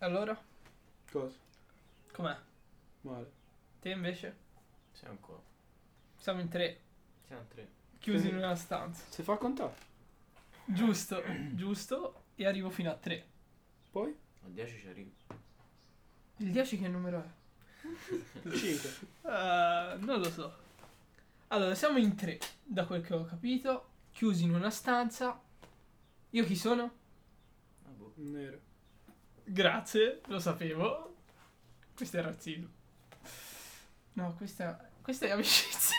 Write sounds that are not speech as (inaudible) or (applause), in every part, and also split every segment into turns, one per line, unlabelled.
Allora,
Cosa?
com'è?
Male.
Te invece?
C'è ancora.
Siamo in tre,
Siamo in tre.
chiusi
Sì.
in una stanza.
Si fa contare.
(clears throat) Giusto, giusto, e arrivo fino a tre.
Poi?
A 10 ci arrivo.
Il 10 che numero è?
Il 5.
Eh, non lo so. Allora, siamo in tre, da quel che ho capito, chiusi in una stanza. Io chi sono?
Ah, boh.
Nero.
Grazie, lo sapevo. Questo è razzismo. No, questa, questa è amicizia.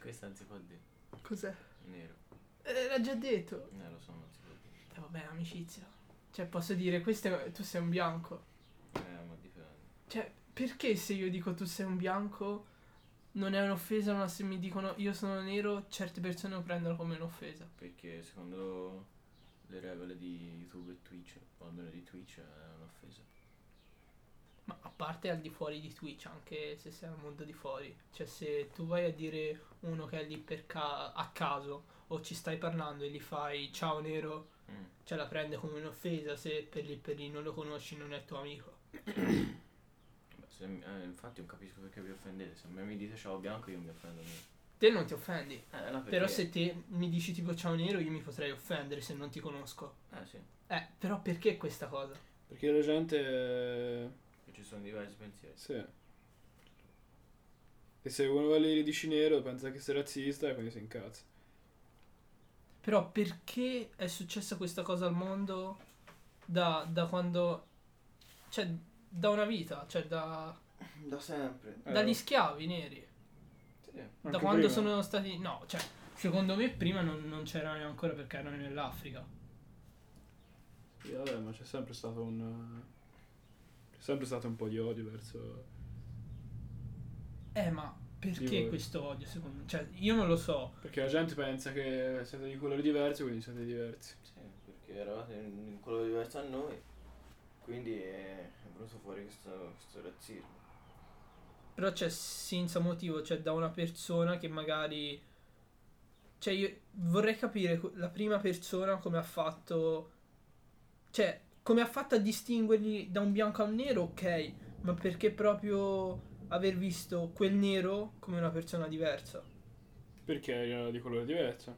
Questa non si può dire.
(laughs) Cos'è?
Nero.
Eh, l'ha già detto.
Eh, lo so, non si può dire.
Eh, vabbè, amicizia. Cioè, posso dire, questo è- tu sei un bianco.
Eh, ma dipende.
Cioè, perché se io dico tu sei un bianco non è un'offesa, ma se mi dicono io sono nero, certe persone lo prendono come un'offesa.
Perché secondo le regole di YouTube e Twitch, o almeno di Twitch, eh, è un'offesa.
Ma a parte al di fuori di Twitch, anche se sei al mondo di fuori. Cioè, se tu vai a dire uno che è lì per ca- a caso o ci stai parlando e gli fai ciao nero,
Mm.
cioè la prende come un'offesa se per lì per lì non lo conosci, non è tuo amico.
Beh, se mi- eh, infatti non capisco perché vi offendete. Se a me mi dite ciao bianco io mi offendo meno.
Te non ti offendi.
Eh, no, perché...
Però se te mi dici tipo ciao nero, io mi potrei offendere se non ti conosco.
Eh sì,
Eh, però perché questa cosa?
Perché la gente... eh,
perché ci sono diversi pensieri.
Sì. E se uno le dici nero pensa che sei razzista e quindi si incazza.
Però perché è successa questa cosa al mondo da, da quando... Cioè, da una vita, cioè da,
Da sempre.
Eh,
dagli schiavi neri.
Sì.
da
anche
quando
prima.
sono stati... No, cioè, secondo me prima non, non c'erano ancora perché erano nell'Africa.
Sì, vabbè, ma c'è sempre stato un... eh, C'è sempre stato un po' di odio verso...
Eh, ma perché
Io-
questo odio secondo me? Cioè, io non lo so.
Perché la gente pensa che siete di colori diversi, quindi siete diversi.
Sì, perché eravate in in colore diverso a noi, quindi è è venuto fuori questo, questo razzismo.
Però c'è senza motivo, cioè da una persona che magari... Cioè io vorrei capire co- la prima persona come ha fatto... Cioè, come ha fatto a distinguerli da un bianco a un nero, ok, ma perché proprio aver visto quel nero come una persona diversa?
Perché erano di colore diverso.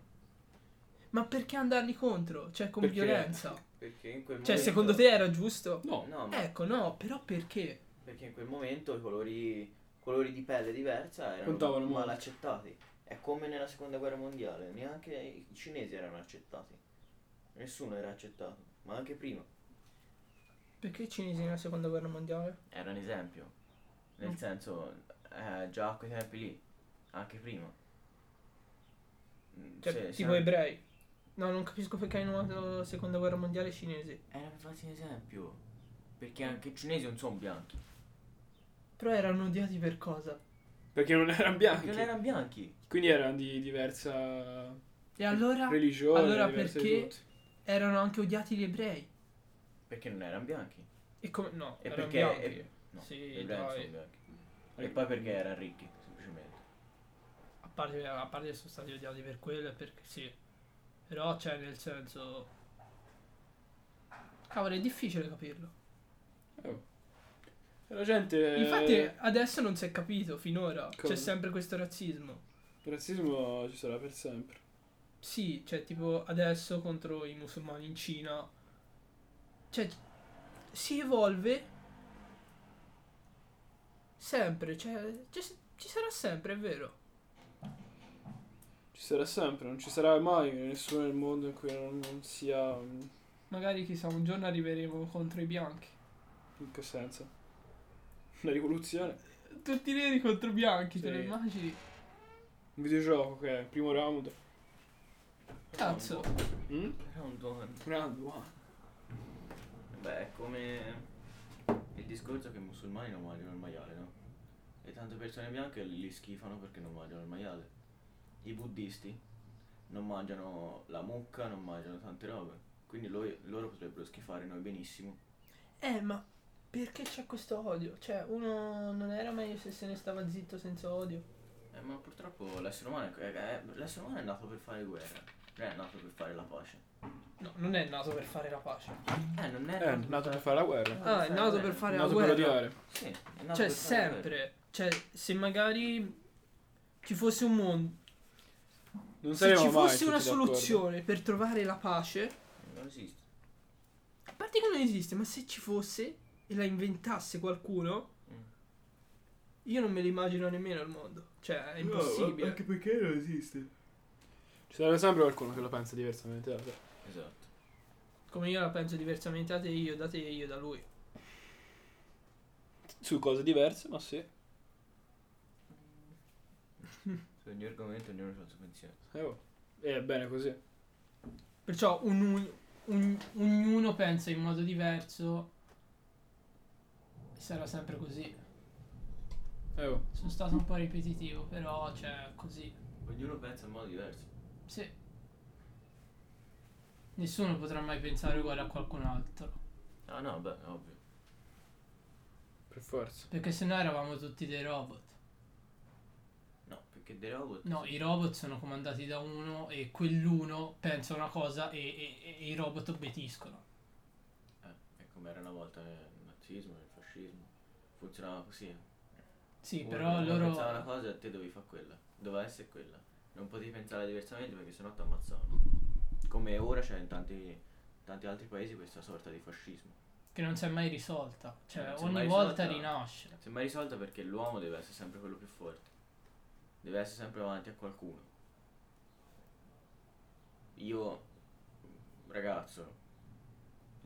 Ma perché andarli contro? Cioè, con
Perché?
violenza?
Perché in quel
Cioè,
momento...
secondo te era giusto?
No.
No, ma
Ecco, no, però perché?
perché in quel momento i colori, colori di pelle diversa erano
Contavano molto.
mal accettati. È come nella seconda guerra mondiale, neanche i i cinesi erano accettati. Nessuno era accettato, ma anche prima.
Perché i cinesi nella seconda guerra mondiale?
Era un esempio,
Mm.
nel senso, eh, già a quei tempi lì, anche prima. Mm,
Cioè,
se-
tipo
se-
ebrei. No, non capisco perché hai nominato la seconda guerra mondiale cinese.
Era per farti un esempio. Perché anche i cinesi non sono bianchi.
Ah, Però erano odiati per cosa?
Perché non erano bianchi.
Perché non erano bianchi.
Quindi erano di diversa
E allora
religione.
allora
diverse di
perché-
tutti.
erano anche odiati gli ebrei.
Perché non erano bianchi.
E come? No,
E
erano
perché.
bianchi.
e- no,
Sì,
gli ebrei non
dai.
sono bianchi. E poi perché erano ricchi, semplicemente.
A, parte, a parte che sono stati odiati per quello e perché sì. Però, cioè, nel senso... Cavolo, è difficile capirlo.
E Eh. la gente...
Eh.
eh,
Infatti adesso non si è capito finora.
Cosa?
C'è sempre questo razzismo.
Il razzismo ci sarà per sempre.
Sì, cioè tipo adesso contro i musulmani in Cina. Cioè, si evolve sempre, cioè, c'è- ci sarà sempre, è vero.
Ci sarà sempre, non ci sarà mai nessuno nel mondo in cui non, non sia... mm,
Magari chissà, un giorno arriveremo contro i bianchi.
In che senso? Una rivoluzione?
Tutti neri contro bianchi, te lo
Sì.
immagini?
Un videogioco che è il primo round.
Cazzo.
Mm?
Era un don.
Round one.
Beh, è come. Il discorso che i musulmani non mangiano il maiale, no? E tante persone bianche li schifano perché non mangiano il maiale. I buddisti non mangiano la mucca, non mangiano tante robe. Quindi lo- loro potrebbero schifare noi benissimo.
Eh, ma perché c'è questo odio? Cioè, uno non era meglio se se ne stava zitto senza odio.
Eh, ma eh, purtroppo l'essere umano è, è- è- l'essere umano è nato per fare guerra, non è nato per fare la pace.
No, non è nato per fare la pace.
Eh, non è
È nato per fare la guerra.
Ah, è nato per fare
È
la
nato per
guerra.
odiare.
Sì, è nato
Cioè,
per fare la guerra.
sempre. Cioè, se magari ci fosse un mondo.
Non
Se
saremo
ci
mai
fosse una
tutti d'accordo.
soluzione per trovare la pace.
Non esiste.
A parte che non esiste, ma se ci fosse e la inventasse qualcuno.
Mm.
Io non me l'immagino nemmeno al mondo. Cioè, è impossibile.
perché non esiste. Ci sarà sempre qualcuno che lo pensa diversamente da te.
Esatto.
Come io la penso diversamente da te, io da te e io da lui.
Su cose diverse, ma sì.
Su ogni argomento ognuno ha il suo pensiero.
Eh, oh. E è bene così.
Perciò un- un- un- ognuno pensa in modo diverso. E sarà sempre così.
Eh, oh.
Sono stato un po' ripetitivo, però, cioè, così.
Ognuno pensa in modo diverso.
Sì. Nessuno potrà mai pensare uguale a qualcun altro.
Ah no, beh, è ovvio.
Per forza.
Perché sennò eravamo tutti dei robot.
No, perché dei robot.
No, i robot sono comandati da uno e quell'uno pensa una cosa e, e- e i robot obbediscono.
Eh, è come era una volta il nazismo, il fascismo. Funzionava così. eh.
Sì,
Uno-
però
uno
loro...
pensava una cosa e te dovevi fare quella. Doveva essere quella. Non potevi pensare diversamente perché sennò ti ammazzavano. Come ora c'è in tanti, tanti altri paesi questa sorta di fascismo.
che non si è mai risolta. Cioè,
Non si è
ogni
mai
volta
risolta.
rinasce.
Si è mai risolta perché l'uomo deve essere sempre quello più forte. Deve essere sempre avanti a qualcuno. Io, ragazzo,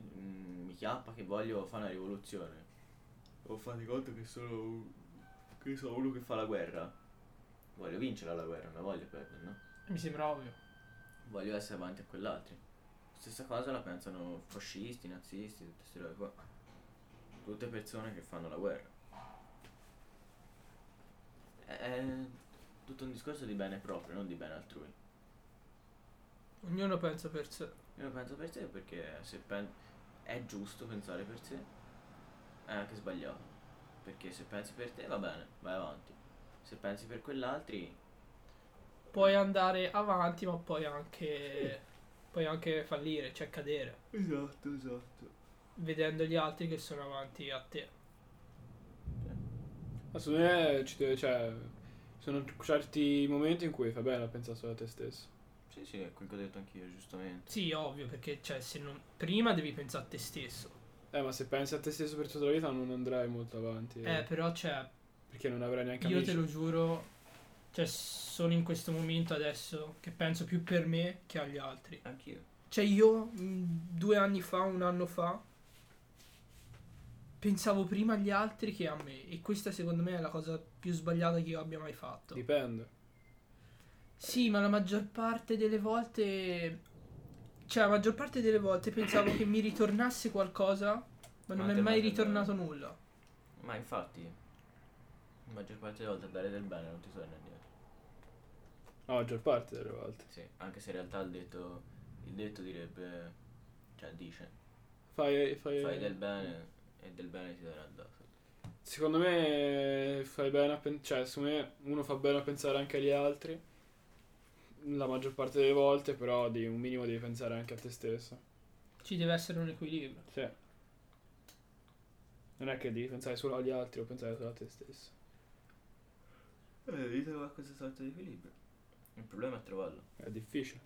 mm, mi chiappa che voglio fare una rivoluzione. O fate conto che sono un- che sono uno che fa la guerra. Voglio vincere la guerra, non la voglio perdere, no?
Mi sembra ovvio.
voglio essere avanti a quell'altro. Stessa cosa la pensano fascisti, nazisti, tutte queste robe qua. Tutte persone che fanno la guerra. È- È tutto un discorso di bene proprio, non di bene altrui.
Ognuno pensa per sé.
Io lo penso per sé perché se pen- è giusto pensare per sé, è anche sbagliato. Perché se pensi per te va bene, vai avanti. Se pensi per quell'altri,
Puoi andare avanti, ma puoi anche... Puoi anche fallire, cioè cadere.
Esatto, esatto.
Vedendo gli altri che sono avanti a te.
Ma secondo me ci deve- cioè, ci sono certi momenti in cui fa bene a pensare solo a te stesso.
sì, sì, è quel che ho detto anch'io, giustamente.
Sì, ovvio, perché cioè, se non... prima devi pensare a te stesso.
Eh, ma se pensi a te stesso per tutta la vita non andrai molto avanti.
Eh, però, cioè,
Perché non avrai neanche
io
amici.
te lo giuro, cioè, sono in questo momento adesso che penso più per me che agli altri.
Anch'io.
Cioè, io mh, due anni fa, un anno fa, pensavo prima agli altri che a me. E questa, secondo me, è la cosa più sbagliata che io abbia mai fatto.
Dipende.
Sì, ma la maggior parte delle volte. Cioè, la maggior parte delle volte pensavo che mi ritornasse qualcosa, ma non
Ma
mi è
te
mai
mai
ritornato nulla.
Ma infatti, la maggior parte delle volte a dare del bene non ti torna indietro.
La maggior parte delle volte.
Sì, anche se in realtà il detto, il detto direbbe, cioè dice,
Fai, fai-
fai del bene e del bene ti darà dato.
Secondo me fai bene a pen- cioè, secondo me uno fa bene a pensare anche agli altri. La maggior parte delle volte, però di un minimo devi pensare anche a te stesso.
Ci deve essere un equilibrio.
Sì. Non è che devi pensare solo agli altri o pensare solo a te stesso.
Eh, devi trovare questa sorta di equilibrio. Il problema è trovarlo,
È difficile.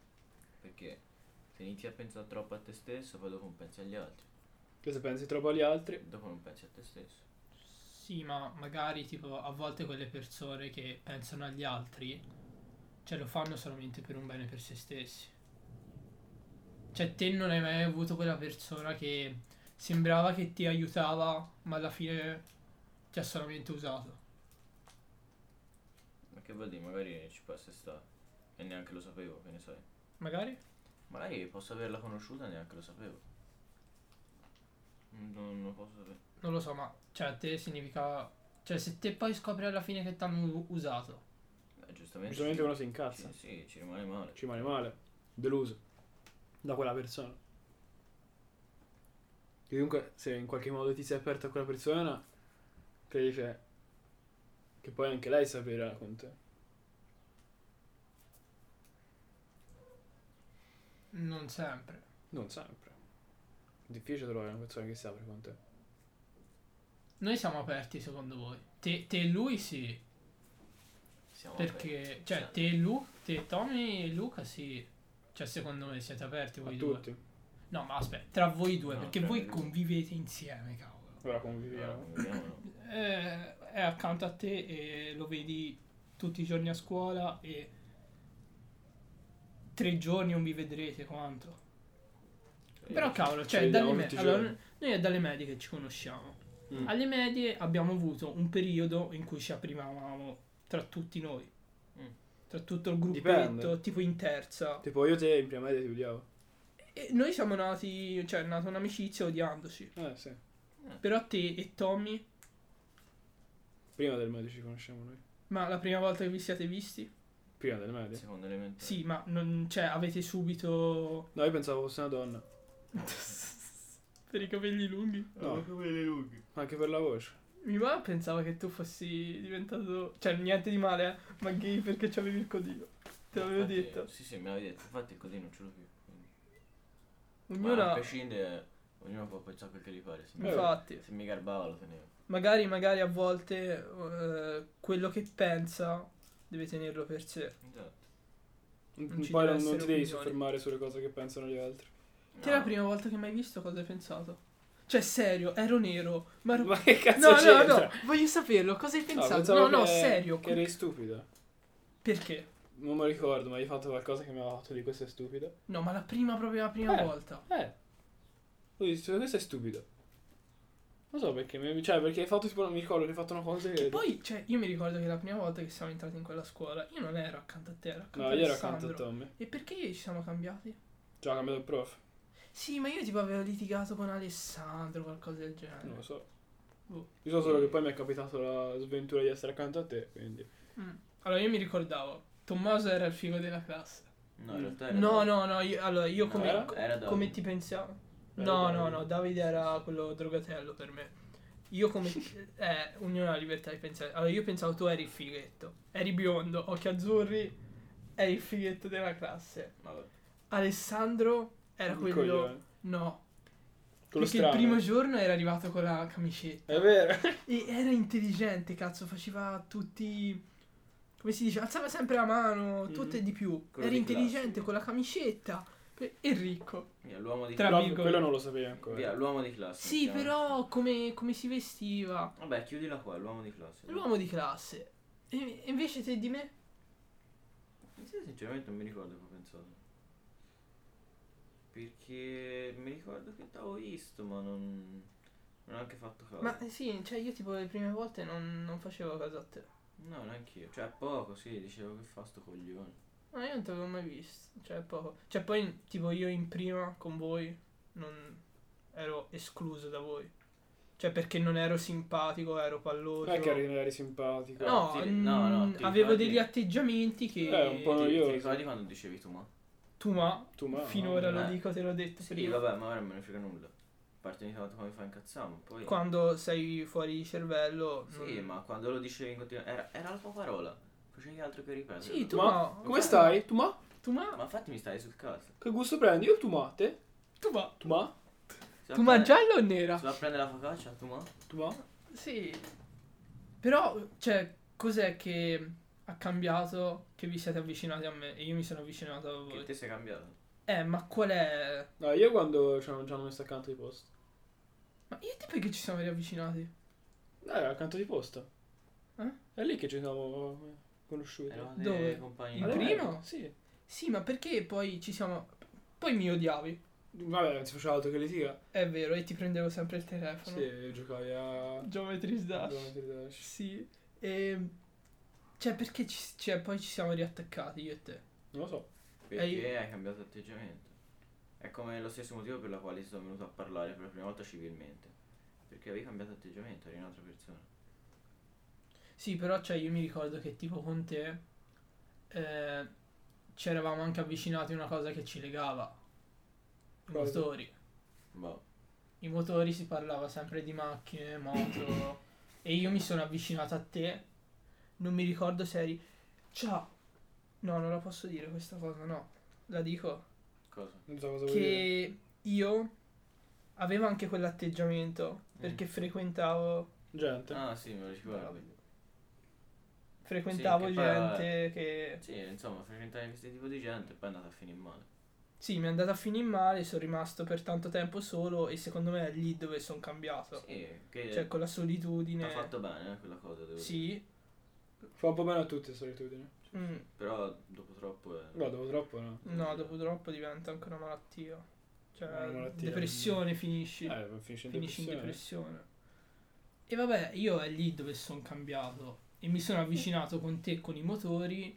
perché se inizi a pensare troppo a te stesso, poi dopo non pensi agli altri,
Che se pensi troppo agli altri,
dopo non pensi a te stesso.
Sì, ma magari tipo a volte quelle persone che pensano agli altri, cioè lo fanno solamente per un bene per se stessi. Cioè te non hai mai avuto quella persona che sembrava che ti aiutava, ma alla fine ti ha solamente usato.
Ma che vuol dire, magari ci passa e sta, e neanche lo sapevo, che ne sai.
Magari?
Magari posso averla conosciuta e neanche lo sapevo. Mm, Non lo posso sapere.
Non lo so, ma cioè a te significa... Cioè se te poi scopri alla fine che ti hanno u- usato.
Eh, giustamente.
giustamente
sì.
uno si incazza.
Sì, sì, ci rimane male.
Ci rimane male. Deluso. Da quella persona. Che comunque, se in qualche modo ti sei aperto a quella persona, credi che, che poi anche lei saprà con te.
Non sempre.
Non sempre. Difficile trovare una persona che si apre con te.
Noi siamo aperti secondo voi? Te, te e lui sì,
Siamo
perché...
aperti.
Cioè, te e Lu, te e Tommy e Luca sì. Cioè, secondo me siete aperti
A
voi due.
tutti. cioè, eh.
No, ma aspetta, tra voi due,
No,
perché
tra
voi
noi due.
convivete insieme, cavolo.
Ora
Allora,
conviviamo.
conviviamo, no?
Eh, è accanto a te e lo vedi tutti i giorni a scuola e tre giorni non vi vedrete quanto. Però cavolo,
ci
cioè, dalle
vediamo
me-
tutti i
allora,
giorni.
noi è dalle medie che ci conosciamo.
Mm.
Alle medie abbiamo avuto un periodo in cui ci aprimavamo tra tutti noi.
Mm.
Tra tutto il gruppetto,
Dipende.
tipo in terza.
Ah.
Tipo io te in prima media ti odiavo.
E noi siamo nati, cioè è nata un'amicizia odiandoci.
Eh sì.
Però te e Tommy,
Prima del medio ci conosciamo noi.
ma la prima volta che vi siete visti?
Prima del medio.
Secondo elemento.
Sì, ma non, cioè, avete subito.
No, io pensavo fosse una donna.
per i capelli lunghi.
No.
No, come le lunghe.
Anche per la voce.
Mi ma pensava che tu fossi diventato. Cioè, niente di male, eh, ma gay perché c'avevi il codino. Te l'avevo
Infatti-
detto.
Sì, sì, mi avevi detto. Infatti così non ce l'ho più. quindi. Ma a
Ognuno.
prescindere, ognuno può pensare quel che gli pare.
Eh.
Se mi,
Infatti,
se mi garbava lo tenevo.
magari, magari a volte eh, quello che pensa deve tenerlo per sé.
Esatto.
Non ci
Poi
deve
non, non
essere
ti devi
opinioni.
soffermare sulle cose che pensano gli altri.
Te la prima volta che mi hai visto cosa hai pensato? Cioè, serio, ero nero, ma ero.
Ma che cazzo
No, no,
c'entra?
no, voglio saperlo, cosa hai
No,
pensato?
pensavo
No, no,
che-
serio.
Che eri stupida.
Perché?
Non mi ricordo, ma hai fatto qualcosa che mi aveva fatto di questo è stupido.
No, ma la prima, proprio la prima
Eh.
volta.
Eh. Ho detto, questo è stupido. Non so perché, mi- cioè perché hai fatto tipo, mi ricordo che hai fatto una cosa che...
E poi, cioè, io mi ricordo che la prima volta che siamo entrati in quella scuola, io non ero accanto a te, ero accanto
No,
a
io ero
Alessandro.
accanto a Tommy.
E perché ci siamo cambiati?
Già ho cambiato il prof.
Sì, ma io tipo avevo litigato con Alessandro, qualcosa del genere.
Non lo so.
Boh.
Io so solo che poi mi è capitato la sventura di essere accanto a te, quindi...
Mm. Allora, io mi ricordavo, Tommaso era il figo della classe.
No, in realtà era.
No,
Davide.
no, no, io, allora, io
No,
come,
era-
co-
era Davide.
come ti pensavo?
Era
no,
Davide.
no, no, Davide era quello drogatello per me. Io come...
(laughs)
eh, ognuno ha la libertà di pensare. Allora, io pensavo tu eri il fighetto. Eri biondo, occhi azzurri, eri il fighetto della classe.
Vabbè.
Alessandro era
Un
quello...
coglione.
No,
Quello
perché
strano.
il primo giorno era arrivato con la camicetta.
È vero.
E era intelligente, cazzo, faceva tutti... Come si dice? Alzava sempre la mano,
Mhm.
tutto e di più.
Quello
era
di classe.
intelligente con la camicetta. pe- E ricco.
Via, l'uomo di
Tra
Però
virgolette.
quello non lo sapevi ancora.
Via, l'uomo di classe.
Sì,
mettiamo.
però come, come si vestiva?
Vabbè, chiudila qua, l'uomo di classe.
L'uomo di classe. E e invece te di me?
Sì, sinceramente non mi ricordo come ho pensato. Perché mi ricordo che t'avevo visto, ma non. Non ho anche fatto caso.
Ma sì, cioè io tipo le prime volte non, non facevo caso a te.
No, neanche io. Cioè, poco, sì, dicevo che fa sto coglione.
Ma Ah, io non ti avevo mai visto. Cioè poco. Cioè poi tipo io in prima con voi non ero escluso da voi. Cioè perché non ero simpatico, ero palloso.
Non Ah, è che eri, eri simpatico.
No,
Sì,
mm,
no, no, ti
avevo
ricordi?
degli atteggiamenti che
Eh, un po'
Ti,
io-
ti ricordi quando dicevi tu, ma?
tu ma,
Tu ma...
finora
no,
lo
eh.
dico, te l'ho detto
Sì,
prima.
vabbè, ma ora non me ne frega nulla. A parte ogni tanto come mi fa incazzare, ma poi.
Quando sei fuori di cervello.
Sì,
non-
ma quando lo dicevi in continuazione. Era, era la tua parola. Facevi altro che ripetere.
Sì, tu
Ma-
ma.
Come stai? Tu ma?
Tu ma.
Ma infatti mi stai sul cazzo.
Che gusto prendi? Io tu ma? Te?
Tu ma.
Tu ma?
Si va
Tu
a
ma
prendere-
giallo o nera?
Si va a prendere la focaccia, tu ma?
Tu ma?
Sì. Però, cioè, cos'è che ha cambiato che vi siete avvicinati a me e io mi sono avvicinato a
Che
voi?
te sei cambiato.
Eh, ma qual è.
No, io quando ci hanno già messo accanto di posta.
Ma io e te perché ci siamo riavvicinati?
Eh, accanto di posta.
Eh?
È lì che ci siamo eh, conosciuti.
Eravate
Dove?
compagni.
Il
Alla
di-
primo?
media, Sì.
Sì, ma perché poi ci siamo. Poi mi odiavi.
Vabbè, non si faceva altro che litiga.
È vero, e ti prendevo sempre il telefono.
Sì, giocavi a...
Geometry's Dash.
Geometry Dash.
Sì. E. Cioè, perché ci- cioè, poi ci siamo riattaccati io e te?
Non lo so.
E
Perché hai cambiato atteggiamento? È come lo stesso motivo per la quale sono venuto a parlare per la prima volta civilmente. Perché avevi cambiato atteggiamento, eri un'altra persona.
Sì, però cioè io mi ricordo che tipo con te eh, ci eravamo anche avvicinati a una cosa che ci legava. I
Cosa?
motori.
Boh.
I motori si parlava sempre di macchine, moto. e io mi sono avvicinato a te. Non mi ricordo se eri. Ciao! No, non la posso dire questa cosa, no. La dico.
Cosa?
Non so cosa vuol dire.
che io avevo anche quell'atteggiamento perché frequentavo
Gente.
Ah sì, me lo ricordo.
frequentavo
che poi-
gente che
Eh, Sì, insomma, frequentare questo tipo di gente e poi è andata a finire male.
sì mi è andata a finire male sono rimasto per tanto tempo solo e secondo me è lì dove sono cambiato
Sì, che
cioè con la
ha
solitudine
fatto bene eh, quella cosa, devo dire.
sì
Fa un po' meno a tutti solitudine.
mm,
Però dopo troppo eh, è...
No, dopo troppo no.
no dopo troppo diventa anche una malattia cioè
Una malattia.
depressione finisci
Eh, finisce in
finisci in
depressione.
depressione. E vabbè, io è lì dove sono cambiato e mi sono avvicinato con te con i motori.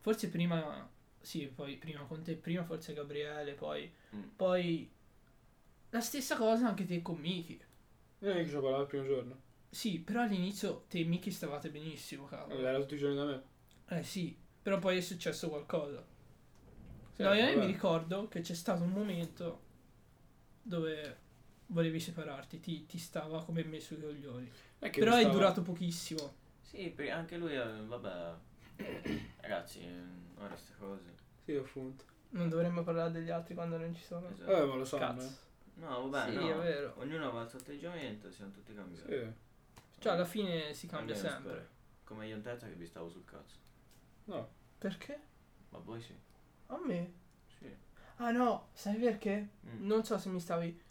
Forse prima, sì, poi prima con te, prima forse Gabriele, poi,
Mm.
poi la stessa cosa anche te con Miki.
Io neanche ci ho parlato il primo giorno.
Sì, però all'inizio te e Miki stavate benissimo,
Eh,
cavolo.
Era tutti i giorni da me.
Eh sì, però poi è successo qualcosa.
Sì,
no, io
vabbè.
mi ricordo che c'è stato un momento dove volevi separarti, ti, ti stava come me sui coglioni.
È che
Però
mi
è
stava-
durato pochissimo.
Sì, per- anche lui, eh, vabbè... (coughs) Ragazzi, eh, ora queste cose...
Sì, appunto.
Non dovremmo parlare degli altri quando non ci sono.
Esatto.
Eh, ma lo sanno.
Cazzo.
No, vabbè,
Sì,
no.
è vero.
Ognuno ha il suo atteggiamento, siamo tutti
eh.
cambiati.
Sì.
Cioè, alla fine si cambia
Almeno
sempre.
spero. Come io in terza che vi stavo sul cazzo.
No.
Perché?
Ma voi sì.
A me?
Sì.
Ah no, sai perché?
Mm.
Non so se mi stavi.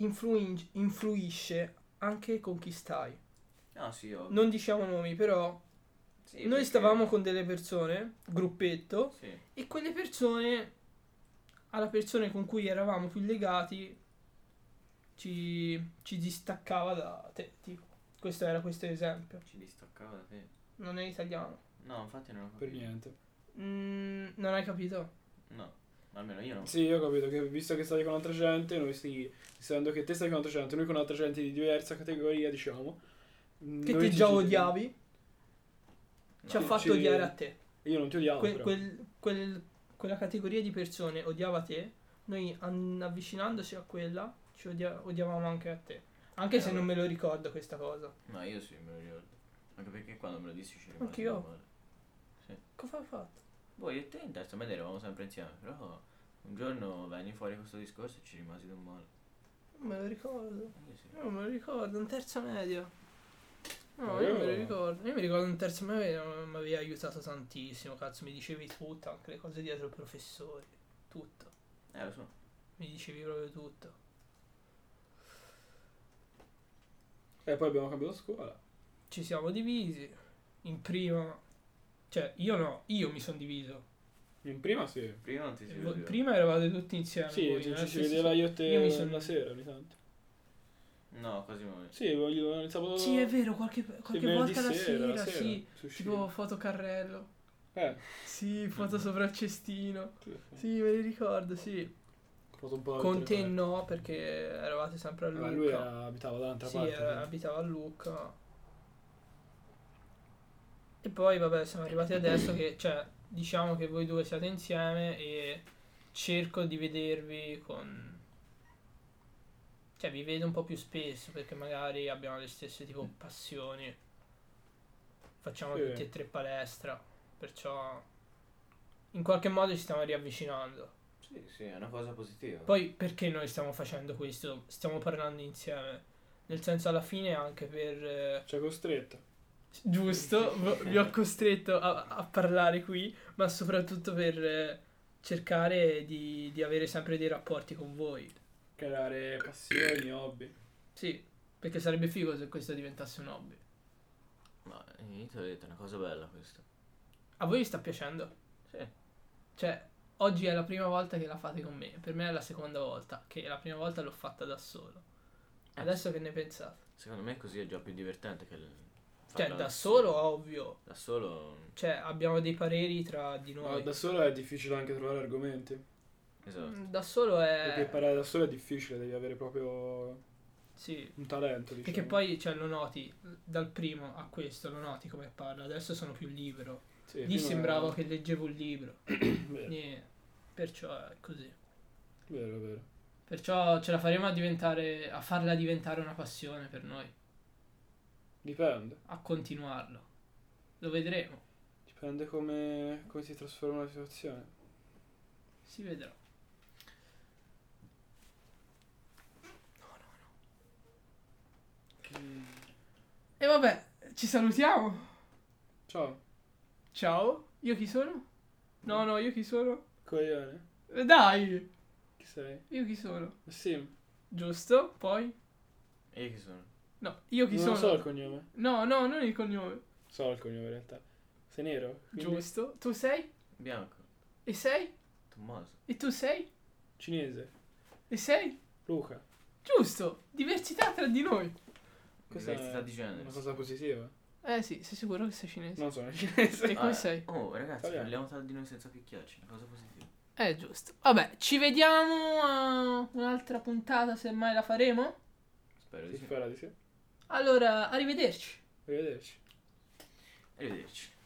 Influing- influisce anche con chi stai.
Ah sì, io...
Non diciamo nomi, però.
sì,
noi
perché-
stavamo con delle persone, gruppetto,
Sì.
e quelle persone. Alla persona con cui eravamo più legati. Ci, ci distaccava da te. Tipo. Questo era questo esempio.
Ci distaccava da te.
Non è italiano.
No, infatti non ho capito.
Per niente.
Mm, non hai capito?
No, ma almeno io non.
Sì, io ho capito che visto che stavi con altra gente, noi sì, essendo che te stavi con altra gente, noi con altra gente di diversa categoria, diciamo.
Che ti già odiavi,
No.
ci ha
Sì,
fatto
sì.
odiare a te.
Io non ti
Ah,
odiavo,
Que-
però.
quel- quel- quella categoria di persone odiava te, noi an- avvicinandosi a quella ci odia- odiavamo anche a te. Anche
Eh,
se
vabbè.
non me lo ricordo questa cosa.
No, io sì, me lo ricordo. Anche perché quando me lo dissi ci rimasi
Anch'io.
male.
Cosa hai fatto?
Voi e te in terza media eravamo sempre insieme, però un giorno venne fuori questo discorso e ci rimasi da un male.
Non me lo ricordo.
Io sì.
Io non me lo ricordo, in terza media. No, io
Io-
me
Eh.
lo ricordo. Io mi ricordo in terza media mi avevi aiutato tantissimo, cazzo, mi dicevi tutto, anche le cose dietro il professore, tutto.
Eh, lo so.
Mi dicevi proprio tutto.
E Eh, poi abbiamo cambiato scuola.
ci siamo divisi. In prima, cioè io no, io mi sono diviso.
In prima sì.
Prima non ti si
Voi-
vedeva.
Eh, prima eravate tutti insieme.
Sì,
voi, eh,
ci-
nella
ci si
stessa-
vedeva io e te
io mi sono-
la sera ogni tanto.
No, quasi mai.
Sì, voglio il sabato.
Sì, è vero, qualche, qualche
venerdì
volta la sera,
la
sì.
si usciva.
Tipo fotocarrello.
Eh,
Sì,
Mm.
foto sopra il cestino.
sì, sì.
Sì, me li ricordo, sì.
Foto un po'
Con
altre
te
parti.
no, perché eravate sempre a
Ma eh. Ah, lui
Lucca.
era- abitava dall'altra
Sì,
parte.
era- abitava a Lucca. E poi, vabbè, siamo arrivati adesso che, cioè, diciamo che voi due siete insieme e cerco di vedervi con... Cioè, vi vedo un po' più spesso perché magari abbiamo le stesse tipo passioni. Facciamo
Mm. Sì.
tutti e tre palestra, perciò in qualche modo ci stiamo riavvicinando.
Sì, sì, è una cosa positiva.
Poi perché noi stiamo facendo questo? Stiamo parlando insieme. Nel senso alla fine anche per... eh,
Cioè, costretta.
giusto, v- vi ho costretto a, a parlare qui, ma soprattutto per eh, cercare di, di avere sempre dei rapporti con voi.
Creare passioni, hobby.
Sì, perché sarebbe figo se questo diventasse un hobby.
Ma all'inizio ho detto, è una cosa bella questa.
A voi vi sta piacendo?
Sì.
Cioè, oggi è la prima volta che la fate con me, per me è la seconda volta, che la prima volta l'ho fatta da solo. Adesso che ne pensate?
Secondo me così è già più divertente che... il-
Cioè,
farla-
da solo, ovvio.
Da solo... mm,
Cioè, abbiamo dei pareri tra di
No,
noi.
da solo è difficile anche trovare argomenti.
Esatto.
Mm, Da solo
Perché
è...
parlare da solo è difficile, devi avere proprio
Sì,
un talento. Diciamo.
Perché poi cioè, lo noti dal primo a questo, lo noti come parla, adesso sono più libero.
Sì,
Lì
prima-
sembrava che leggevo un libro,
(laughs) Vero,
Eh, perciò è così.
vero, vero.
Perciò ce la faremo a diventare, a farla diventare una passione per noi,
Dipende.
a continuarlo. Lo vedremo.
Dipende come, come si trasforma la situazione.
Si vedrà.
Mm.
E vabbè, ci salutiamo.
Ciao,
Ciao, io chi sono? No, no, io chi sono?
coglione.
Eh, Dai,
Chi sei?
io chi sono?
Sì,
Giusto, poi?
E io chi sono?
No, io chi
non
sono?
so il cognome.
No, no, non il cognome.
So il cognome in realtà. Sei nero? Quindi
Giusto. Tu sei?
Bianco,
E sei?
Tommaso,
E tu sei?
Cinese.
E sei?
Luca.
Giusto. Diversità tra di noi.
Questa
diversità
è
di genere.
una cosa positiva.
Eh sì, sei sicuro che sei cinese?
Non sono cinese.
E come
Ah,
sei?
Oh, ragazzi,
Italiano.
parliamo tra di noi senza picchiarci, una cosa positiva.
Eh, giusto. Vabbè, ci vediamo a un'altra puntata, se mai la faremo.
Spero di
Si
sì.
spera di sì.
Allora, arrivederci.
Arrivederci.
Arrivederci.